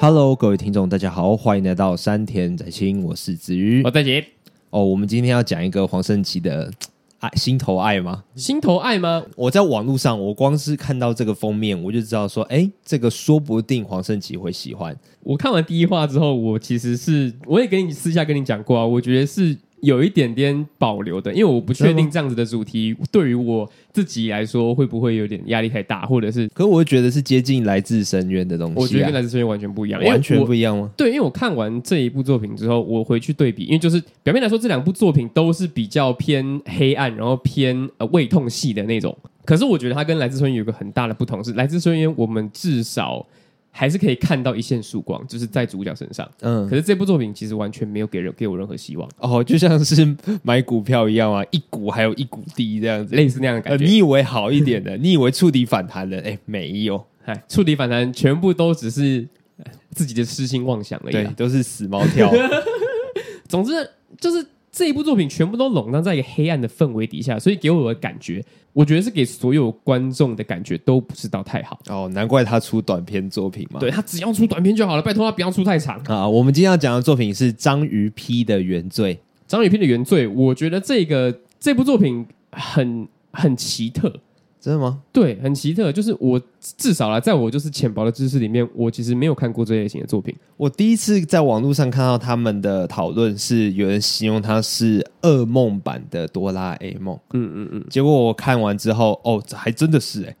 Hello，各位听众，大家好，欢迎来到山田仔清，我是子瑜我。再杰，哦，我们今天要讲一个黄圣琪的爱心头爱吗？心头爱吗？我在网络上，我光是看到这个封面，我就知道说，哎，这个说不定黄圣琪会喜欢。我看完第一话之后，我其实是我也跟你私下跟你讲过啊，我觉得是有一点点保留的，因为我不确真的定这样子的主题对于我自己来说会不会有点压力太大，或者是可我觉得是接近来自深渊的东西、啊，我觉得跟来自深渊完全不一样，因为完全我不一样吗？对，因为我看完这一部作品之后，我回去对比，因为就是表面来说，这两部作品都是比较偏黑暗，然后偏呃胃痛系的那种。可是我觉得它跟《来自深渊》有一个很大的不同是，《来自深渊》我们至少还是可以看到一线曙光，就是在主角身上。嗯可，是这部作品其实完全没有给人给我任何希望，哦，就像是买股票一样啊，一股还有一股低这样子。类似那样的呃，感觉。你以为好一 点的，你以为触底反弹了，哎，没有，哎、触底反弹全部都只是呃自己的痴心妄想而已对啊、，都是死猫跳。 总之就是这一部作品全部都笼罩在一个黑暗的氛围底下，所以给我的感觉，我觉得是给所有观众的感觉都不是到太好。哦，难怪他出短篇作品嘛。对他只要出短片就好了，拜托他不要出太长。啊，我们今天要讲的作品是章鱼 P 的原罪。张雨片的原罪，我觉得这个这部作品很很奇特，真的吗？对，很奇特。就是我至少啦，在我就是浅薄的知识里面，我其实没有看过这类型的作品。我第一次在网络上看到他们的讨论是有人形容它是噩梦版的哆啦 A 梦，嗯嗯嗯，结果我看完之后，哦，这还真的是哎、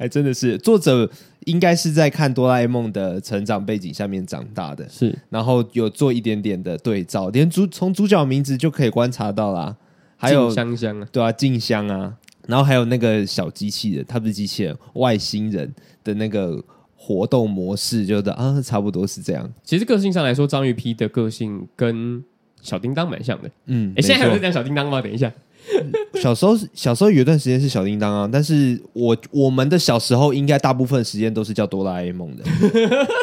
还真的是作者应该是在看哆啦 A 梦的成长背景下面长大的，是然后有做一点点的对照，连主从主角名字就可以观察到啦，还有静香香啊，对啊，静香啊，然后还有那个小机器人，它不是机器人，外星人的那个活动模式，就是啊，差不多是这样。其实个性上来说，张雨批的个性跟小叮当蛮像的。嗯，哎，现在还有在没讲小叮当吗？等一下，错小时候是，小时候有一段时间是小叮当啊，但是我我们的小时候应该大部分时间都是叫哆啦 A 梦 的，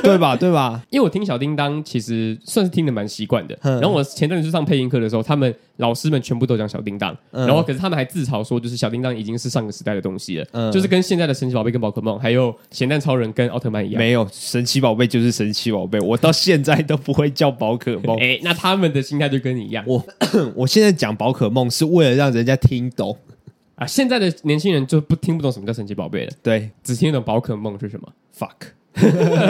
对吧？对吧？因为我听小叮当其实算是听得蛮习惯的。嗯然后我前阵子去上配音课的时候，他们老师们全部都讲小叮当，嗯然后可是他们还自嘲说，就是小叮当已经是上个时代的东西了，嗯就是跟现在的神奇宝贝、跟宝可梦，还有咸蛋超人跟奥特曼一样。没有神奇宝贝就是神奇宝贝，我到现在都不会叫宝可 梦。哎，那他们的心态就跟你一样我我现在讲宝可梦是为了让人家听懂，啊！现在的年轻人就不听不懂什么叫神奇宝贝了，对只听得懂宝可梦是什么。 ，fuck。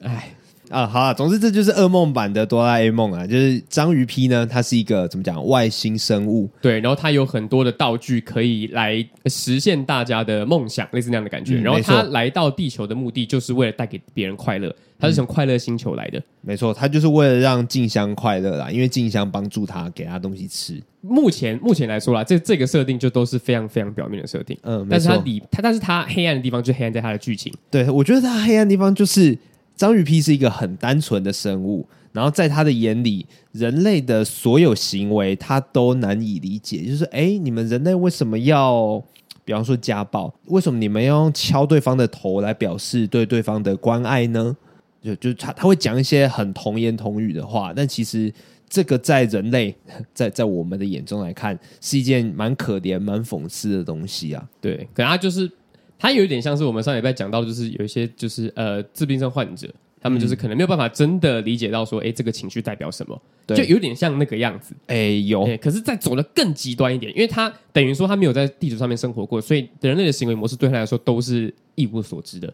哎，啊，好啊，总之这就是噩梦版的哆啦 A 梦啊，就是章鱼 P 呢，它是一个怎么讲外星生物，对，然后它有很多的道具可以来实现大家的梦想，类似那样的感觉。嗯然后没错他来到地球的目的就是为了带给别人快乐，他是嗯从快乐星球来的。没错，它就是为了让静香快乐啦，因为静香帮助他给他东西吃，目前目前来说啦，这这个设定就都是非常非常表面的设定。嗯，没但是它错，里它但是它黑暗的地方就黑暗在它的剧情，对我觉得它黑暗地方就是章鱼 P 是一个很单纯的生物，然后在他的眼里，人类的所有行为他都难以理解，就是哎，诶你们人类为什么要？比方说家暴，为什么你们要用敲对方的头来表示对对方的关爱呢？就就他他会讲一些很童言童语的话，但其实这个在人类在在我们的眼中来看，是一件蛮可怜、蛮讽刺的东西啊。对，可能它就是它有一点像是我们上礼拜讲到，就是有一些就是呃自闭症患者，他们嗯就是可能没有办法真的理解到说，哎、这个情绪代表什么，对就有点像那个样子。哎、有对，可是再走的更极端一点，因为他等于说他没有在地球上面生活过，所以人类的行为模式对他来说都是一无所知的。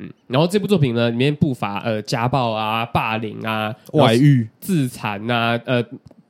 嗯，然后这部作品呢，里面不乏呃家暴啊、霸凌啊、外然后遇自残啊、呃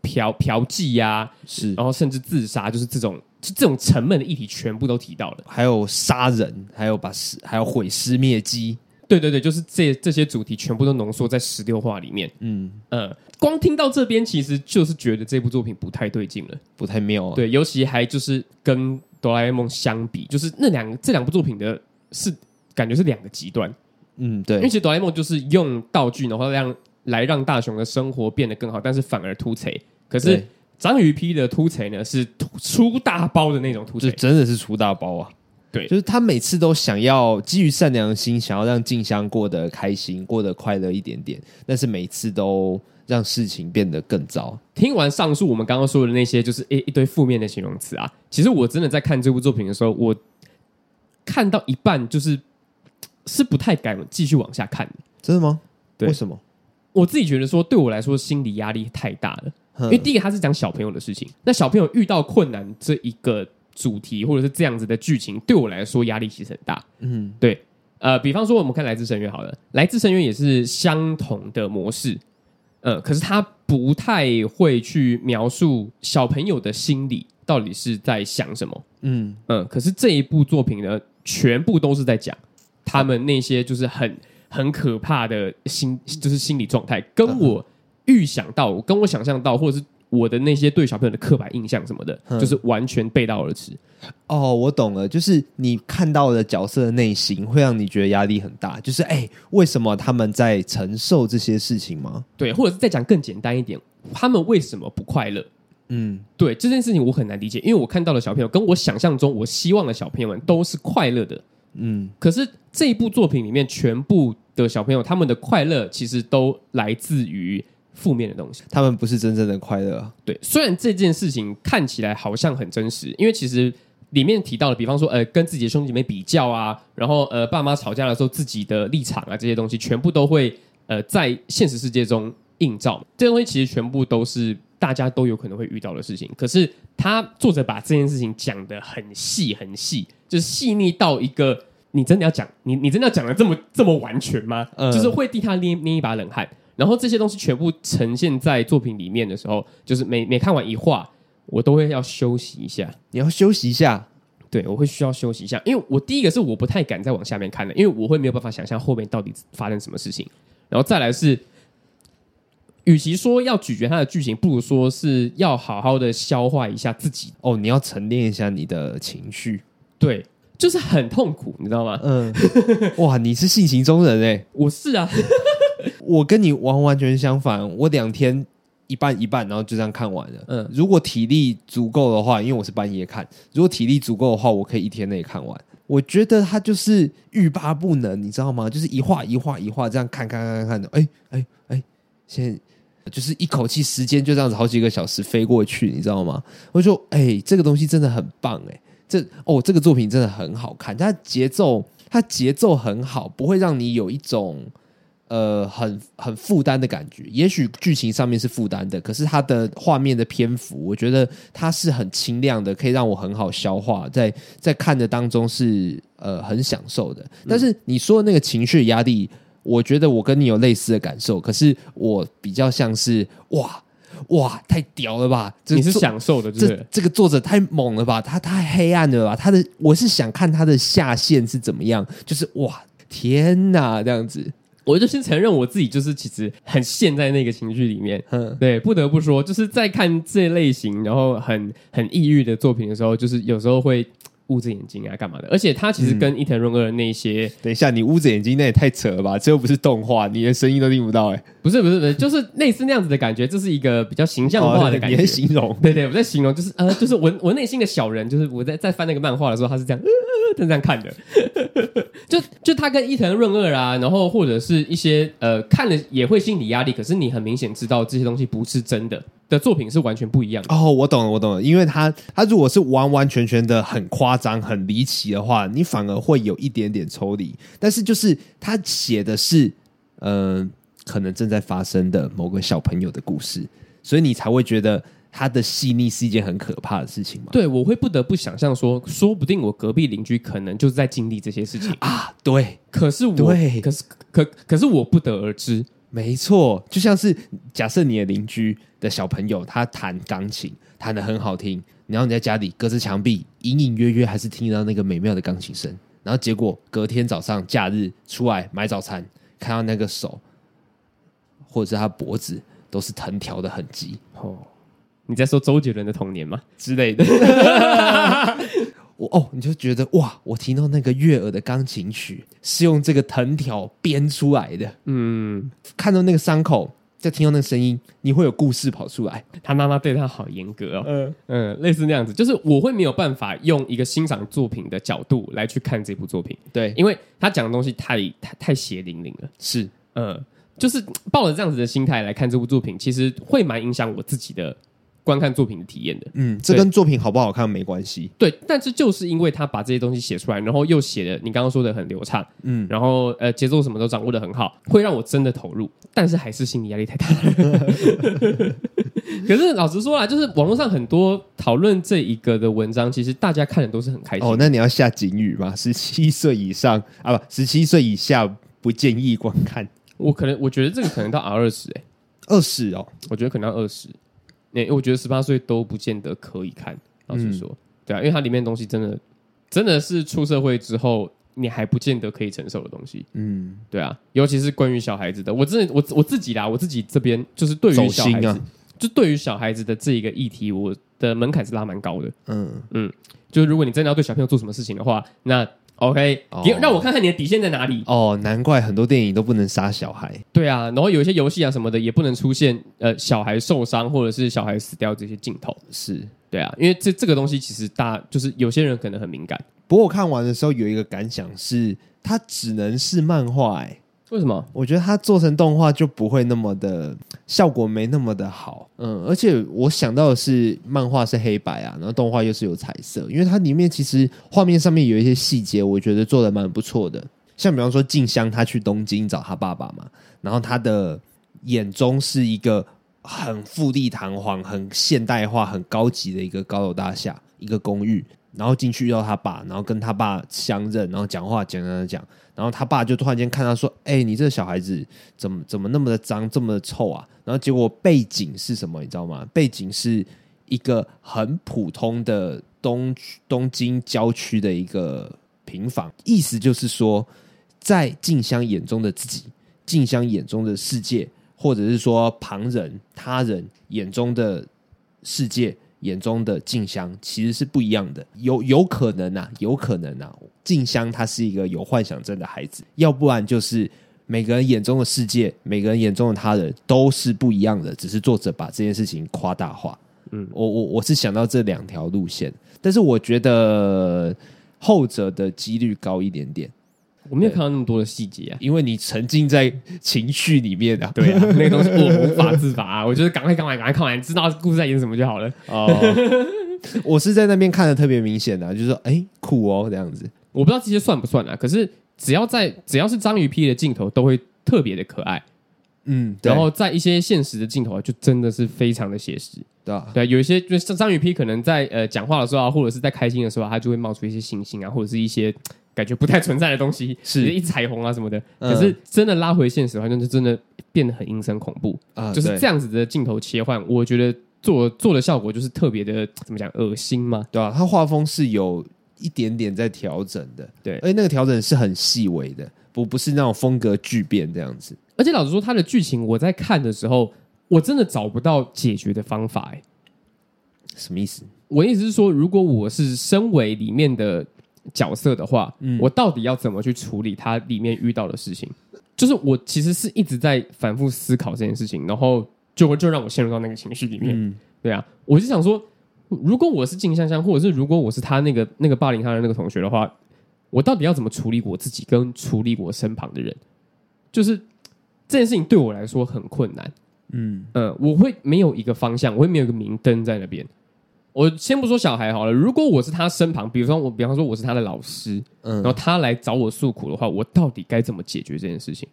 嫖嫖妓啊，是然后甚至自杀，就是这种就这种沉闷的议题全部都提到了。还有杀人，还有把尸，还有毁尸灭迹。对对对，就是这这些主题全部都浓缩在十六话里面。嗯，呃，光听到这边，其实就是觉得这部作品不太对劲了。不太妙、啊。，对，尤其还就是跟哆啦 A 梦相比，就是那两这两部作品的是感觉是两个极端，嗯，因为对，其实哆啦 A 梦就是用道具，然后让来让大雄的生活变得更好，但是反而突贼。可是对章鱼 P 的突贼呢，是突出大包的那种突这贼，真的是出大包啊。对就是他每次都想要基于善良的心，想要让静香过得开心，过得快乐一点点，但是每次都让事情变得更糟。听完上述我们刚刚说的那些，就是一一堆负面的形容词啊。其实我真的在看这部作品的时候，我看到一半就是是不太敢继续往下看的。真的吗？对为什么？我自己觉得说，对我来说心理压力太大了。因为哼第一个他是讲小朋友的事情，那小朋友遇到困难这一个主题或者是这样子的剧情，对我来说压力其实很大。嗯，对，呃，比方说我们看《来自深渊》好了，《来自深渊》也是相同的模式，呃，可是他不太会去描述小朋友的心理到底是在想什么。嗯，嗯，可是这一部作品呢，全部都是在讲他们那些就是很很可怕的心，就是心理状态，跟我预想到，跟我想象到，或者是我的那些对小朋友的刻板印象什么的，嗯就是完全背道而驰。哦，我懂了，就是你看到的角色的内心会让你觉得压力很大，就是哎、为什么他们在承受这些事情吗？对，或者是再讲更简单一点，他们为什么不快乐？嗯，对这件事情我很难理解，因为我看到的小朋友跟我想象中我希望的小朋友们都是快乐的，嗯，可是这一部作品里面全部的小朋友他们的快乐其实都来自于负面的东西。他们不是真正的快乐啊，对，虽然这件事情看起来好像很真实，因为其实里面提到的，比方说呃，跟自己的兄弟姐妹比较啊，然后呃，爸妈吵架的时候自己的立场啊，这些东西全部都会呃在现实世界中映照。这些东西其实全部都是大家都有可能会遇到的事情，可是他作者把这件事情讲得很细很细，就是细腻到一个。你真的要讲你你真的要讲的这么这么完全吗？嗯就是会替他捏捏一把冷汗。然后这些东西全部呈现在作品里面的时候，就是每每看完一话，我都会要休息一下。你要休息一下。对，我会需要休息一下，因为我第一个是我不太敢再往下面看了，因为我会没有办法想象后面到底发生什么事情。然后再来是，与其说要咀嚼它的剧情，不如说是要好好的消化一下自己。哦，你要沉淀一下你的情绪。对，就是很痛苦，你知道吗？嗯， 哇，你是性情中人哎、我是啊，我跟你完完全相反，我两天一半一半，然后就这样看完了。嗯嗯，如果体力足够的话，因为我是半夜看，如果体力足够的话，我可以一天内看完。我觉得他就是欲罢不能，你知道吗？就是一画一画一画这样看看看看看的，哎哎哎，现在就是一口气时间就这样子好几个小时飞过去，你知道吗？我就哎，这个东西真的很棒哎，这哦这个作品真的很好看，它节奏它节奏很好，不会让你有一种呃很很负担的感觉。也许剧情上面是负担的，可是它的画面的篇幅，我觉得它是很清亮的，可以让我很好消化，在在看的当中是呃很享受的。嗯但是你说的那个情绪压力，我觉得我跟你有类似的感受，可是我比较像是哇哇太屌了吧！这你是作享受的，就是这这个作者太猛了吧，他太黑暗了吧，他的我是想看他的下限是怎么样，就是哇天哪这样子，我就先承认我自己就是其实很陷在那个情绪里面。嗯对，不得不说，就是在看这类型，然后很很抑郁的作品的时候，就是有时候会嘖捂着眼睛啊，干嘛的？而且它其实跟伊藤润二的那些，等一下你捂着眼睛那也太扯了吧，这又不是动画，你连声音都听不到哎、不是不是不是，就是类似那样子的感觉，这是一个比较形象化的哦感你觉。很形容，对对，我在形容，就是呃，就是我我内心的小人，就是我在在翻那个漫画的时候，他是这样，呃呃，呃这样看的， 就就他跟伊藤润二啊，然后或者是一些呃看了也会心理压力，可是你很明显知道这些东西不是真的的作品是完全不一样的。哦，我懂了，我懂了，因为他他如果是完完全全的很夸张、很离奇的话，你反而会有一点点抽离。但是就是他写的是，嗯，可能正在发生的某个小朋友的故事，所以你才会觉得他的细腻是一件很可怕的事情嘛。对，我会不得不想象说，说不定我隔壁邻居可能就是在经历这些事情，啊，对，可是我，对可是可可是我不得而知。没错，就像是假设你的邻居的小朋友，他弹钢琴弹得很好听，然后你在家里隔着墙壁，隐隐约约还是听到那个美妙的钢琴声，然后结果隔天早上假日出来买早餐，看到那个手或者是他脖子都是藤条的痕迹哦，你在说周杰伦的童年吗？之类的。 我哦，你就觉得哇，我听到那个悦耳的钢琴曲是用这个藤条编出来的，嗯，看到那个伤口，再听到那个声音，你会有故事跑出来。他妈妈对他好严格哦。嗯，嗯，类似那样子，就是我会没有办法用一个欣赏作品的角度来去看这部作品，对，因为他讲的东西太太太血淋淋了。是嗯，就是抱着这样子的心态来看这部作品，其实会蛮影响我自己的观看作品的体验的。嗯，这对跟作品好不好看没关系。对，但是就是因为他把这些东西写出来，然后又写的你刚刚说的很流畅，嗯，然后呃节奏什么都掌握的很好，会让我真的投入，但是还是心理压力太大了。 可是老实说啦，就是网络上很多讨论这一个的文章，其实大家看的都是很开心。哦，那你要下警语吗？十七岁以上啊，不，十七岁以下不建议观看。我可能我觉得这个可能到 R 二十哎，二十哦，我觉得可能到二十，那、我觉得十八岁都不见得可以看。老实嗯说，对啊，因为它里面的东西真的真的是出社会之后你还不见得可以承受的东西。嗯，对啊，尤其是关于小孩子的，我真的我我自己啦，我自己这边就是对于走小孩心子，啊，就对于小孩子的这一个议题，我的门槛是拉蛮高的。嗯，就是如果你真的要对小朋友做什么事情的话，那 OK，、哦给让我看看你的底线在哪里。哦，难怪很多电影都不能杀小孩。对啊，然后有一些游戏啊什么的也不能出现呃小孩受伤或者是小孩死掉这些镜头。是，对啊，因为这这个东西其实大就是有些人可能很敏感，不过我看完的时候有一个感想是，它只能是漫画、哎，为什么？我觉得它做成动画就不会那么的效果没那么的好，嗯，而且我想到的是漫画是黑白啊，然后动画又是有彩色，因为它里面其实画面上面有一些细节，我觉得做的蛮不错的。像比方说静香她去东京找她爸爸嘛，然后她的眼中是一个很富丽堂皇、很现代化、很高级的一个高楼大厦、一个公寓，然后进去遇到他爸，然后跟他爸相认，然后讲话讲讲讲，然后他爸就突然间看他说：“哎、你这个小孩子怎么怎么那么的脏，这么的臭啊？”然后结果背景是什么，你知道吗？背景是一个很普通的东区东京郊区的一个平房，意思就是说，在静香眼中的自己，静香眼中的世界，或者是说旁人、他人眼中的世界眼中的静香其实是不一样的，有有可能啊，有可能啊，静香她是一个有幻想症的孩子，要不然就是每个人眼中的世界，每个人眼中的他人都是不一样的，只是作者把这件事情夸大化。嗯，我我我是想到这两条路线，但是我觉得后者的几率高一点点，我没有看到那么多的细节啊。因为你沉浸在情绪里面啊。对啊，那个东西我无法自拔、啊，我觉得赶快赶快赶快看完，知道故事在演什么就好了。哦， 我是在那边看的特别明显的、啊，就是说，哎、酷哦，这样子。我不知道这些算不算啊，可是只要在只要是章鱼 P 的镜头都会特别的可爱，嗯，对然后在一些现实的镜头啊，就真的是非常的写实。对啊，对，有一些就是章鱼 P 可能在呃讲话的时候啊，或者是在开心的时候啊，它就会冒出一些星星啊，或者是一些嘖感觉不太存在的东西，是一直彩虹啊什么的。嗯可是真的拉回现实的话，那就真的变得很阴森恐怖，啊，就是对这样子的镜头切换，我觉得做做的效果就是特别的怎么讲恶心吗？对啊，他画风是有一点点在调整的，对而且那个调整是很细微的，不不是那种风格巨变这样子。而且老实说，它的剧情我在看的时候，我真的找不到解决的方法、欸。什么意思？我的意思是说，如果我是身为里面的角色的话，我到底要怎么去处理它里面遇到的事情？就是我其实是一直在反复思考这件事情，然后就会就让我陷入到那个情绪里面。嗯对啊，我就想说，如果我是静香香，或者是如果我是他那个那个霸凌他的那个同学的话，我到底要怎么处理我自己，跟处理我身旁的人？就是这件事情对我来说很困难。嗯，嗯，我会没有一个方向，我会没有一个明灯在那边。我先不说小孩好了，如果我是他身旁，比如说我，比方说我是他的老师，嗯然后他来找我诉苦的话，我到底该怎么解决这件事情？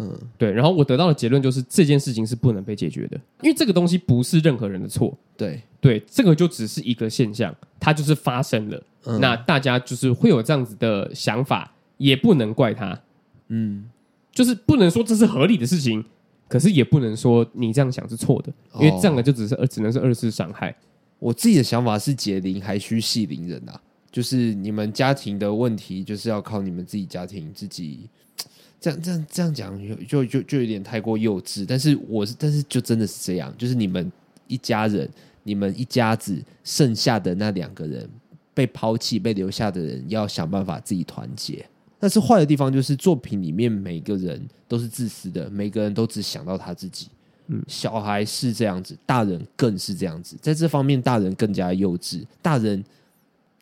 嗯，对。然后我得到的结论就是这件事情是不能被解决的，因为这个东西不是任何人的错，对，对，这个就只是一个现象，它就是发生了。嗯那大家就是会有这样子的想法，也不能怪他，嗯，就是不能说这是合理的事情，可是也不能说你这样想是错的，因为哦这样的就只是呃只能是二次伤害。我自己的想法是解铃还须系铃人啊，就是你们家庭的问题，就是要靠你们自己家庭自己。这样这样这样讲，有就就就有点太过幼稚。但是我是，但是就真的是这样，就是你们一家人，你们一家子剩下的那两个人被抛弃、被留下的人，要想办法自己团结。但是坏的地方就是作品里面每个人都是自私的，每个人都只想到他自己。小孩是这样子，大人更是这样子。在这方面，大人更加幼稚，大人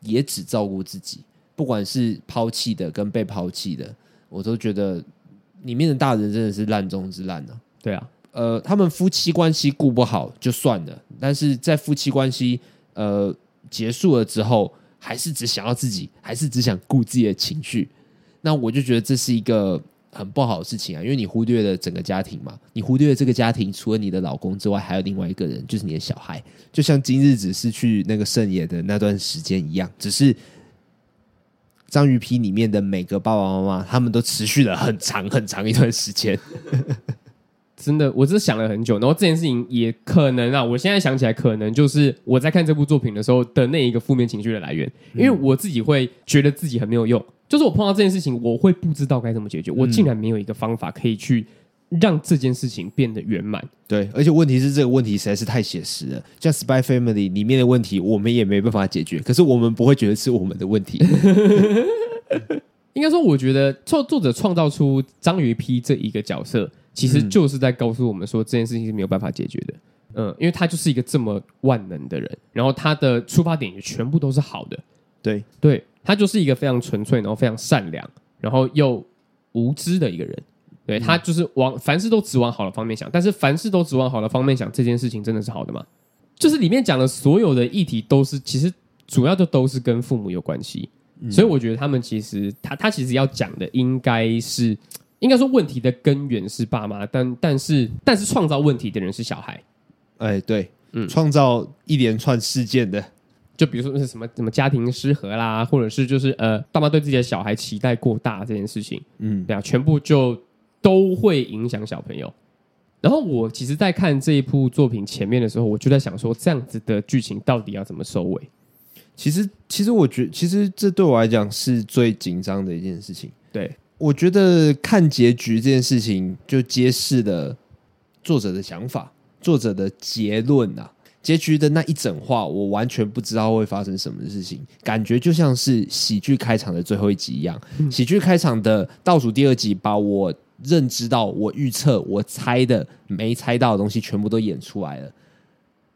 也只照顾自己，不管是抛弃的跟被抛弃的，我都觉得里面的大人真的是烂中之烂啊。对啊，呃，他们夫妻关系顾不好就算了，但是在夫妻关系呃结束了之后，还是只想要自己，还是只想顾自己的情绪。那我就觉得这是一个很不好的事情啊，因为你忽略了整个家庭嘛，你忽略了这个家庭除了你的老公之外，还有另外一个人，就是你的小孩。就像今日只是去那个盛野的那段时间一样，只是章鱼皮里面的每个爸爸妈妈，他们都持续了很长很长一段时间。真的，我真的想了很久。然后这件事情也可能啊，我现在想起来，可能就是我在看这部作品的时候的那一个负面情绪的来源，嗯因为我自己会觉得自己很没有用。就是我碰到这件事情，我会不知道该怎么解决，我竟嗯然没有一个方法可以去让这件事情变得圆满。对，而且问题是这个问题实在是太写实了，像《Spy Family》里面的问题，我们也没办法解决，可是我们不会觉得是我们的问题。应该说，我觉得作作者创造出章鱼 P 这一个角色，其实就是在告诉我们说这件事情是没有办法解决的。嗯，因为他就是一个这么万能的人，然后他的出发点也全部都是好的。对，对他就是一个非常纯粹，然后非常善良，然后又无知的一个人。对他就是往凡事都只往好的方面想，但是凡事都只往好的方面想，这件事情真的是好的吗？就是里面讲的所有的议题都是，其实主要的都是跟父母有关系，所以我觉得他们其实他他其实要讲的应该是，应该说问题的根源是爸妈，但但是但是创造问题的人是小孩，哎，对，创造一连串事件的，就比如说是什么什么家庭失和啦，或者是就是呃爸妈对自己的小孩期待过大这件事情，嗯，对啊，全部就都会影响小朋友。然后我其实，在看这一部作品前面的时候，我就在想说，这样子的剧情到底要怎么收尾？其实，其实我觉，其实这对我来讲是最紧张的一件事情。对，我觉得看结局这件事情，就揭示了作者的想法，作者的结论啊。结局的那一整话，我完全不知道会发生什么事情，感觉就像是喜剧开场的最后一集一样。喜剧开场的倒数第二集，把我认知到、我预测、我猜的、没猜到的东西，全部都演出来了。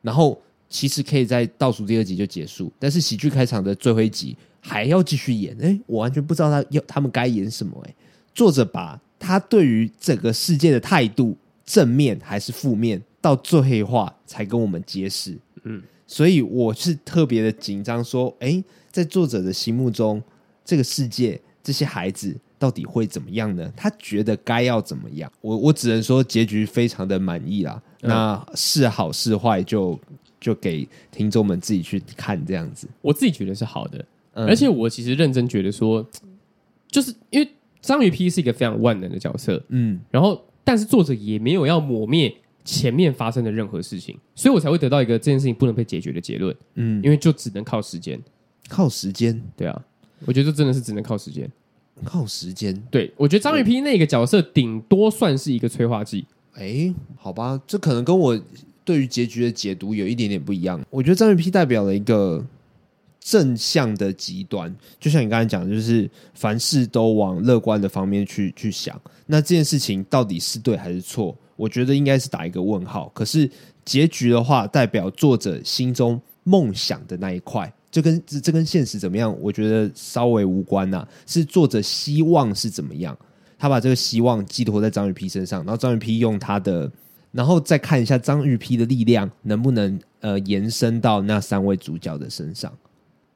然后其实可以在倒数第二集就结束，但是喜剧开场的最后一集还要继续演。哎，我完全不知道他要他们该演什么。哎，作者把他对于整个世界的态度，正面还是负面，到最后一话才跟我们揭示。嗯嗯，所以我是特别的紧张，说，哎，在作者的心目中，这个世界这些孩子。到底会怎么样呢？他觉得该要怎么样？我我只能说结局非常的满意啦。嗯那是好是坏就就给听众们自己去看这样子。我自己觉得是好的，嗯而且我其实认真觉得说，就是因为章鱼 P 是一个非常万能的角色，嗯，然后但是作者也没有要抹灭前面发生的任何事情，所以我才会得到一个这件事情不能被解决的结论。嗯因为就只能靠时间。靠时间，对啊，我觉得这真的是只能靠时间。靠时间。对，我觉得张雨霏那个角色顶多算是一个催化剂。哎、好吧，这可能跟我对于结局的解读有一点点不一样。我觉得张雨 P 代表了一个正向的极端，就像你刚才讲的，就是凡事都往乐观的方面去去想。那这件事情到底是对还是错？我觉得应该是打一个问号。可是结局的话，代表作者心中梦想的那一块，这跟这这跟现实怎么样，我觉得稍微无关呐、是作者希望是怎么样。他把这个希望寄托在张雨 P 身上，然后张雨 P 用他的，然后再看一下张雨 P 的力量能不能呃延伸到那三位主角的身上。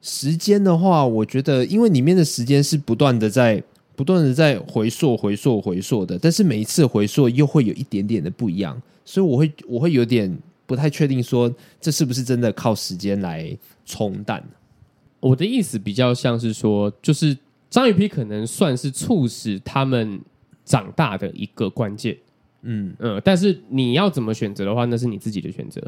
时间的话，我觉得因为里面的时间是不断的在不断的在回溯、回溯、回溯的，但是每一次回溯又会有一点点的不一样，所以我会我会有点不太确定说这是不是真的靠时间来冲淡。我的意思比较像是说，就是张雨霏可能算是促使他们长大的一个关键。嗯，嗯，但是你要怎么选择的话，那是你自己的选择。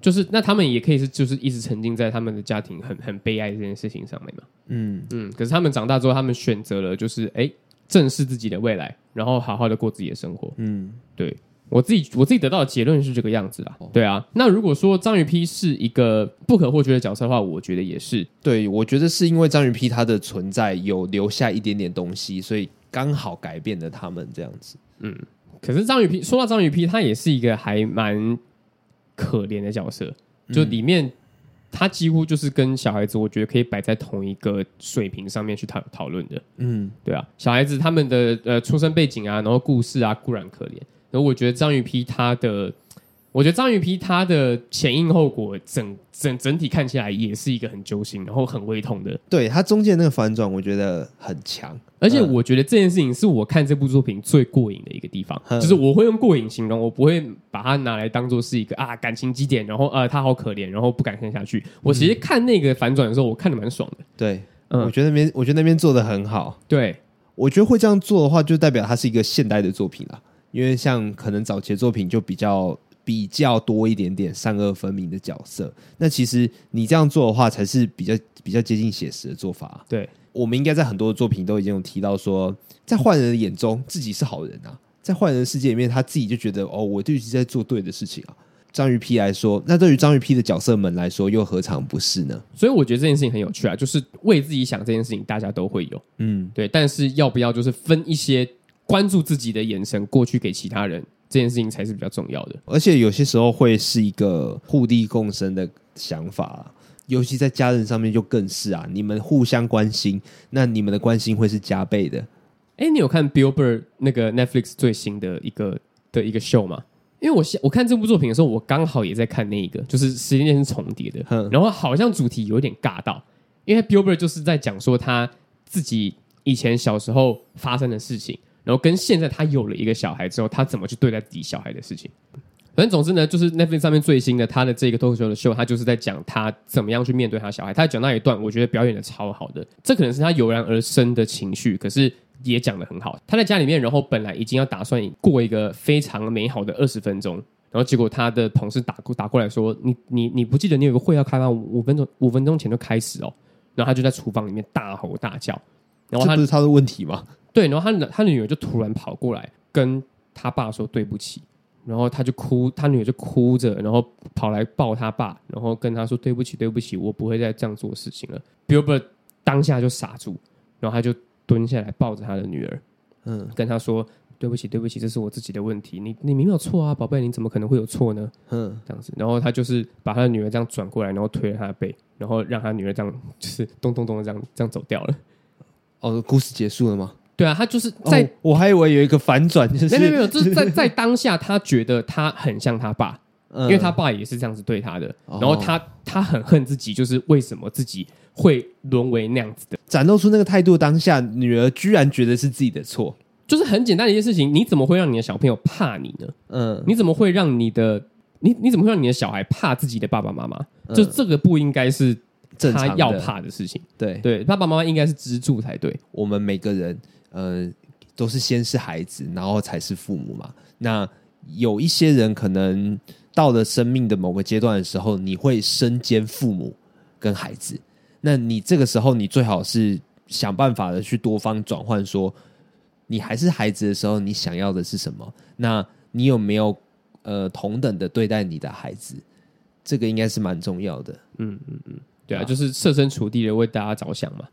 就是那他们也可以是，就是一直沉浸在他们的家庭很很悲哀这件事情上面嘛。嗯，嗯，可是他们长大之后，他们选择了就是哎正视自己的未来，然后好好的过自己的生活。嗯，哦对我自己我自己得到的结论是这个样子啦。对啊，那如果说章鱼 P 是一个不可或缺的角色的话，我觉得也是。对，我觉得是因为章鱼 P 它的存在有留下一点点东西，所以刚好改变了他们这样子。可是章鱼 P 说到章鱼 P，他也是一个还蛮可怜的角色，就里面。他几乎就是跟小孩子，我觉得可以摆在同一个水平上面去讨讨论的。嗯，对啊，小孩子他们的呃出生背景啊，然后故事啊固然可怜，然后我觉得章鱼批他的我觉得章鱼皮它的前因后果整整整体看起来也是一个很揪心，然后很胃痛的。对它中间那个反转，我觉得很强。而且我觉得这件事情是我看这部作品最过瘾的一个地方，嗯就是我会用过瘾形容，我不会把它拿来当做是一个啊感情基点，然后呃他好可怜，然后不敢看下去。我其实看那个反转的时候，我看的蛮爽的。对，嗯我觉得那边我觉得那边做的很好。对，我觉得会这样做的话，就代表它是一个现代的作品啦。因为像可能早期的作品就比较比较多一点点善恶分明的角色，那其实你这样做的话，才是比较比较接近写实的做法啊、对，我们应该在很多的作品都已经有提到说，在坏人的眼中自己是好人啊，在坏人的世界里面，他自己就觉得哦，我就一直在做对的事情啊。章鱼 P 来说，那对于章鱼 P 的角色们来说，又何尝不是呢？所以我觉得这件事情很有趣啊，就是为自己想这件事情，大家都会有。嗯，对，但是要不要就是分一些关注自己的眼神过去给其他人，这件事情才是比较重要的。而且有些时候会是一个互利共生的想法啊，尤其在家人上面就更是啊，你们互相关心，那你们的关心会是加倍的。哎，你有看 Billboard 那个 Netflix 最新的一个的一个秀吗？因为我现我看这部作品的时候，我刚好也在看那一个，就是时间线是重叠的，哼然后好像主题有点尬到，因为 Billboard 就是在讲说他自己以前小时候发生的事情，然后跟现在他有了一个小孩之后，他怎么去对待自己小孩的事情。反正总之呢，就是 Netflix 上面最新的他的这个脱口秀的秀，他就是在讲他怎么样去面对他小孩。他讲到一段，我觉得表演的超好的，这可能是他油然而生的情绪，可是也讲的很好。他在家里面，然后本来已经要打算过一个非常美好的二十分钟，然后结果他的同事打过打过来说：“你你你不记得你有个会要开吗？五五分钟五分钟前就开始哦。”然后他就在厨房里面大吼大叫，然后他这不是他的问题吗？对，然后他他女儿就突然跑过来跟他爸说对不起，然后他就哭，他女儿就哭着，然后跑来抱他爸，然后跟他说对不起，对不起，我不会再这样做事情了。Billboard 当下就傻住，然后他就蹲下来抱着他的女儿，嗯跟他说对不起，对不起，这是我自己的问题，你你明明有错啊，宝贝，你怎么可能会有错呢？哼，这样子，然后他就是把他的女儿这样转过来，然后推了他的背，然后让他女儿这样就是咚咚咚的这样这样走掉了。哦，故事结束了吗？对啊，他就是在哦、我还以为有一个反转， 就是没有没有没有，就是在在当下，他觉得他很像他爸，嗯因为他爸也是这样子对他的，哦然后他他很恨自己，就是为什么自己会沦为那样子的，展露出那个态度当下，女儿居然觉得是自己的错。就是很简单的一件事情，你怎么会让你的小朋友怕你呢？嗯，你怎么会让你的你你怎么会让你的小孩怕自己的爸爸妈妈？就嗯这个不应该是正他常的要怕的事情，对，对，爸爸妈妈应该是支柱才对。我们每个人，呃，都是先是孩子，然后才是父母嘛。那有一些人可能到了生命的某个阶段的时候，你会身兼父母跟孩子。那你这个时候，你最好是想办法的去多方转换，说你还是孩子的时候，你想要的是什么？那你有没有呃同等的对待你的孩子？这个应该是蛮重要的。对啊，啊就是设身处地的为大家着想嘛。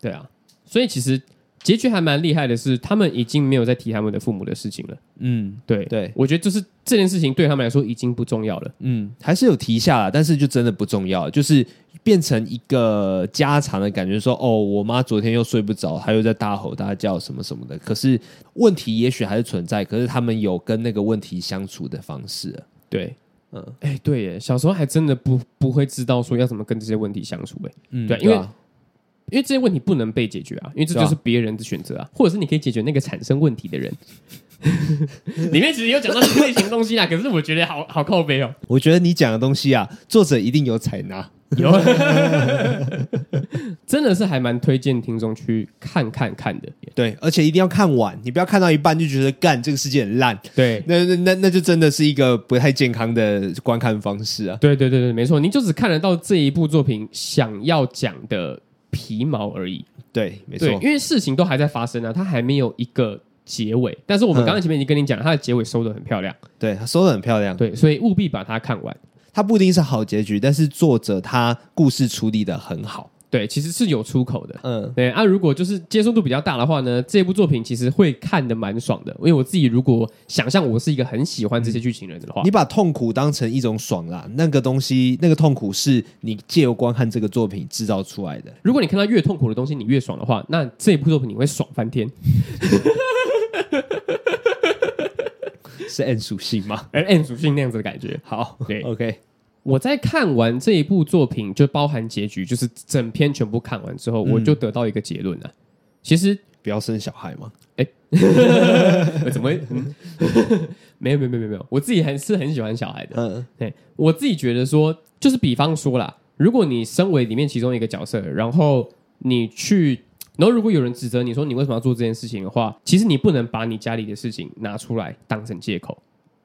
对啊，所以其实结局还蛮厉害的是，他们已经没有在提他们的父母的事情了。嗯对对我觉得就是这件事情对他们来说已经不重要了。嗯，还是有提一下啦，但是就真的不重要，就是变成一个家常的感觉说哦，我妈昨天又睡不着，她又在大吼大叫什么什么的。可是问题也许还是存在，可是他们有跟那个问题相处的方式了。对，嗯哎，对耶，小时候还真的不不会知道说要怎么跟这些问题相处，哎，嗯对因为因为这些问题不能被解决啊，因为这对啊就是别人的选择啊，或者是你可以解决那个产生问题的人。 里面其实有讲到这类型的东西 啊，可是我觉得好好靠背哦。我觉得你讲的东西啊，作者一定有采纳。有， 真的是还蛮推荐听众去看看看的。对，而且一定要看完，你不要看到一半就觉得干这个世界很烂，对，那那那那就真的是一个不太健康的观看方式啊。对对对对，没错，你就只看得到这一部作品想要讲的皮毛而已。对，没错对，，因为事情都还在发生啊，它还没有一个结尾。但是我们嗯刚刚前面已经跟你讲，它的结尾收的很漂亮，对，他说的很漂亮。对，所以务必把它看完。它不一定是好结局，但是作者他故事处理的很好。对，其实是有出口的。嗯，对啊，如果就是接受度比较大的话呢，这部作品其实会看的蛮爽的。因为我自己如果想象我是一个很喜欢这些剧情的人的话，你把痛苦当成一种爽啦，那个东西，那个痛苦是你借由观看这个作品制造出来的。如果你看到越痛苦的东西你越爽的话，那这一部作品你会爽翻天。是 N 属性吗？而 N 属性那样子的 感觉。好，对，OK，我在看完这一部作品，就包含结局，就是整篇全部看完之后，嗯我就得到一个结论了、啊其实不要生小孩嘛。呃 怎么会？嗯没有没有没有没有，我自己还是很喜欢小孩的。嗯对我自己觉得说，就是比方说啦，如果你身为里面其中一个角色，然后你去，然后如果有人指责你说你为什么要做这件事情的话，其实你不能把你家里的事情拿出来当成借口，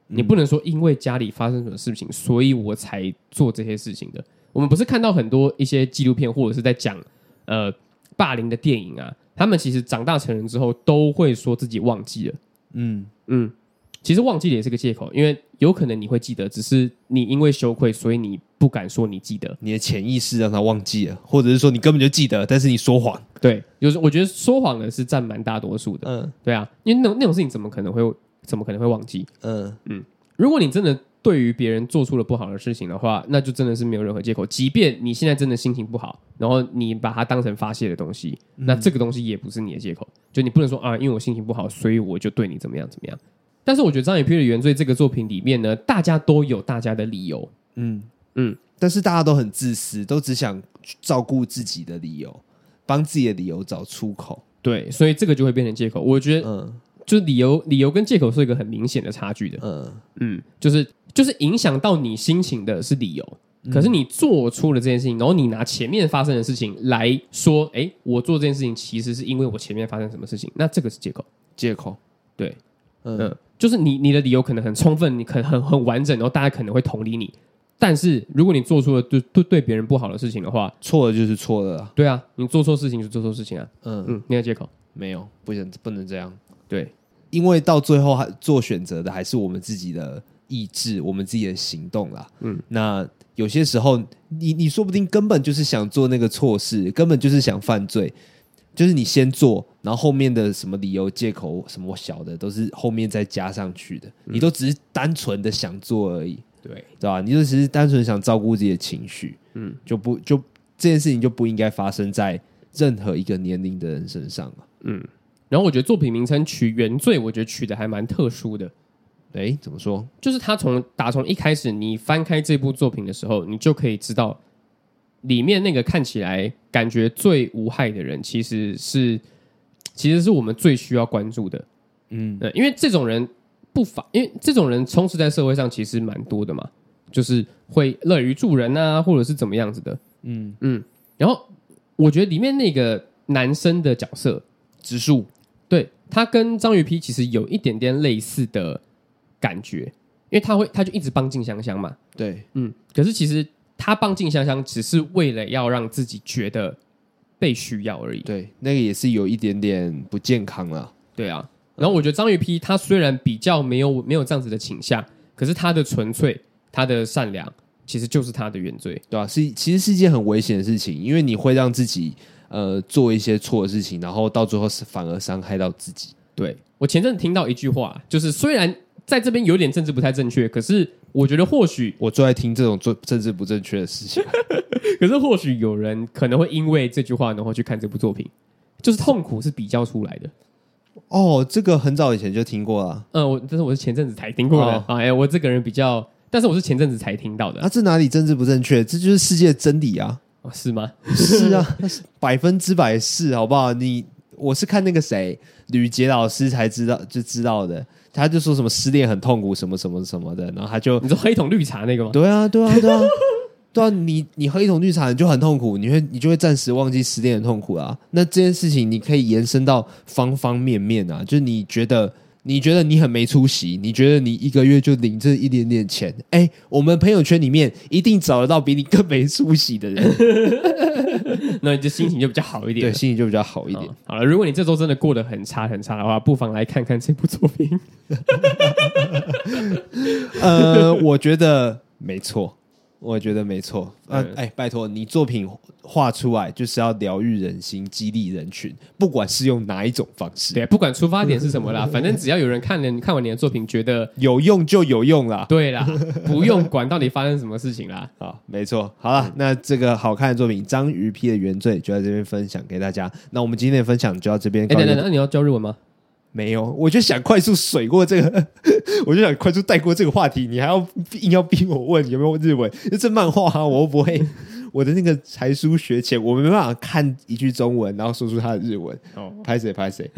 你不能说因为家里发生什么事情，所以我才做这些事情的。我们不是看到很多一些纪录片或者是在讲呃霸凌的电影啊，他们其实长大成人之后都会说自己忘记了。嗯，嗯，其实忘记了也是个借口，因为有可能你会记得，只是你因为羞愧，所以你不敢说你记得。你的潜意识让他忘记了，或者是说你根本就记得，但是你说谎。对，就是我觉得说谎的是占蛮大多数的。嗯对啊，因为那种那种事情怎么可能会怎么可能会忘记？嗯如果你真的对于别人做出了不好的事情的话，那就真的是没有任何借口。即便你现在真的心情不好，然后你把它当成发泄的东西，那这个东西也不是你的借口。就你不能说啊，因为我心情不好，所以我就对你怎么样怎么样。但是我觉得张雨霏的《原罪》这个作品里面呢，大家都有大家的理由，嗯嗯，但是大家都很自私，都只想照顾自己的理由，帮自己的理由找出口。对，所以这个就会变成借口。我觉得嗯就是理由，理由跟借口是一个很明显的差距的。嗯嗯，就是就是影响到你心情的是理由，可是你做出了这件事情，然后你拿前面发生的事情来说，哎，我做这件事情其实是因为我前面发生什么事情，那这个是借口。借口。对，嗯嗯，就是你你的理由可能很充分，你可很很完整，然后大家可能会同理你。但是如果你做出了对对对别人不好的事情的话，错了就是错了啦。对啊，你做错事情就做错事情啊，嗯，嗯，那个借口，没有，不能不能这样，对因为到最后还做选择的还是我们自己的意志，我们自己的行动啦。嗯，那有些时候，你你说不定根本就是想做那个错事，根本就是想犯罪，就是你先做，然后后面的什么理由、借口、什么小的，都是后面再加上去的。你都只是单纯的想做而已，对，对吧？你就只是单纯想照顾自己的情绪，嗯，就不就这件事情就不应该发生在任何一个年龄的人身上了。然后我觉得作品名称取“原罪”，我觉得取的还蛮特殊的，诶，怎么说？就是他从打从一开始你翻开这部作品的时候，你就可以知道里面那个看起来感觉最无害的人，其实是其实是我们最需要关注的。嗯呃，因为这种人不乏，因为这种人充斥在社会上其实蛮多的嘛，就是会乐于助人啊，或者是怎么样子的。嗯嗯，然后我觉得里面那个男生的角色，植树，对他跟章鱼皮其实有一点点类似的感觉，因为他会他就一直帮静香香嘛，对，嗯，可是其实他帮静香香只是为了要让自己觉得被需要而已，对，那个也是有一点点不健康了。对啊。然后我觉得章鱼皮他虽然比较没有没有这样子的倾向，可是他的纯粹，他的善良，其实就是他的原罪。对啊，是其实是一件很危险的事情，因为你会让自己呃做一些错的事情，然后到最后是反而伤害到自己。对我前阵子听到一句话，就是虽然在这边有点政治不太正确，可是我觉得或许我最爱听这种做政治不正确的事情，可是或许有人可能会因为这句话，然后去看这部作品，就是痛苦是比较出来的。哦，这个很早以前就听过啊了。嗯，我但是我是前阵子才听过的。哦哎呀，我这个人比较，但是我是前阵子才听到的。啊，这哪里政治不正确？这就是世界的真理啊！哦，是吗？是啊，那是百分之百是，好不好？你我是看那个谁吕杰老师才知道就知道的，他就说什么失恋很痛苦，什么什么什么的，然后他就你说黑桶绿茶那个吗？对啊，对啊，对啊， 对啊，你你喝一桶绿茶你就很痛苦，你会你就会暂时忘记失恋的痛苦啊。那这件事情你可以延伸到方方面面啊，就是你觉得。你觉得你很没出息，你觉得你一个月就领这一点点钱，哎、我们朋友圈里面一定找得到比你更没出息的人，啊那你就心情就比较好一点 对，了。心情就比较好一哦点。好了，如果你这周真的过得很差很差的话，不妨来看看这部作品。呃，我觉得没错，我觉得没错。呃嗯，哎、拜托，你作品画出来就是要疗愈人心、激励人群，不管是用哪一种方式。对，不管出发点是什么啦，反正只要有人看了你看完你的作品，觉得有用就有用啦。对啦，不用管到底发生什么事情 啦。啊，没错。好嗯了，那这个好看的作品《章鱼批的原罪》就在这边分享给大家。那我们今天的分享就到这边哎，告一等个等，那你要教日文吗？没有，我就想快速水过这个， 我就想快速带过这个话题。你还要硬要逼我问有没有日文？这漫画啊，我又不会， 我的那个才疏学浅，我没办法看一句中文，然后说出它的日文。哦，拍谁拍 谁。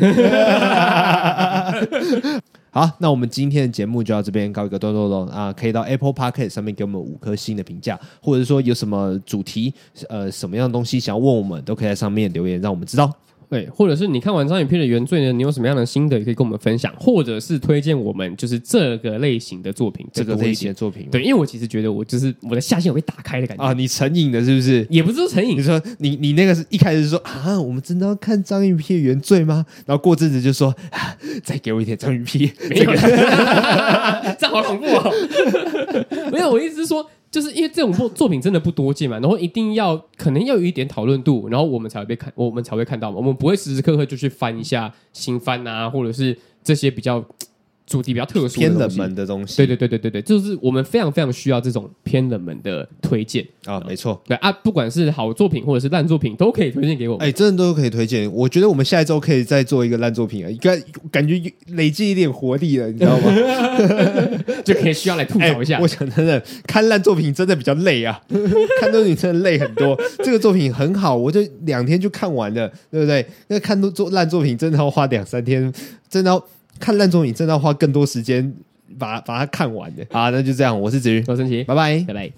好，那我们今天的节目就到这边告一个段落喽啊！可以到 Apple p o c k e t 上面给我们五颗星的评价，或者说有什么主题，呃，什么样的东西想要问我们，都可以在上面留言，让我们知道。对，或者是你看完张影片的原罪呢，你有什么样的心得也可以跟我们分享，或者是推荐我们就是这个类型的作品，这个多一类点型的作品，对，因为我其实觉得我就是我的下限有被打开的感觉，啊，你成瘾的是不是？也不是说成你瘾，说你你那个是一开始说啊，我们真的要看章鱼片原罪吗？然后过阵子就说、啊再给我一点章鱼片， 没有啦， 这样好恐怖哦。 没有，我意思是说，就是因为这种作作品真的不多见嘛，然后一定要可能要有一点讨论度，然后我们才会被看，我们才会看到嘛，我们不会时时刻刻就去翻一下新番啊，或者是这些比较主题比较特殊的偏东冷西门的东西。对对对对对对，就是我们非常非常需要这种偏冷门的推荐。啊，没错。对啊，不管是好作品或者是烂作品，都可以推荐给我们。哎、真的都可以推荐。我觉得我们下一周可以再做一个烂作品啊，应该感觉累积一点活力了，你知道吗？就可以需要来吐哎槽一下。我想真的看烂作品真的比较累啊， 看作品真的累很多。这个作品很好，我就两天就看完了，对不对？那看作做烂作品真的要花两三天，真的要看烂作品真的要花更多时间把把它看完的。好，那就这样，我是子瑜，我神奇，拜拜。拜拜。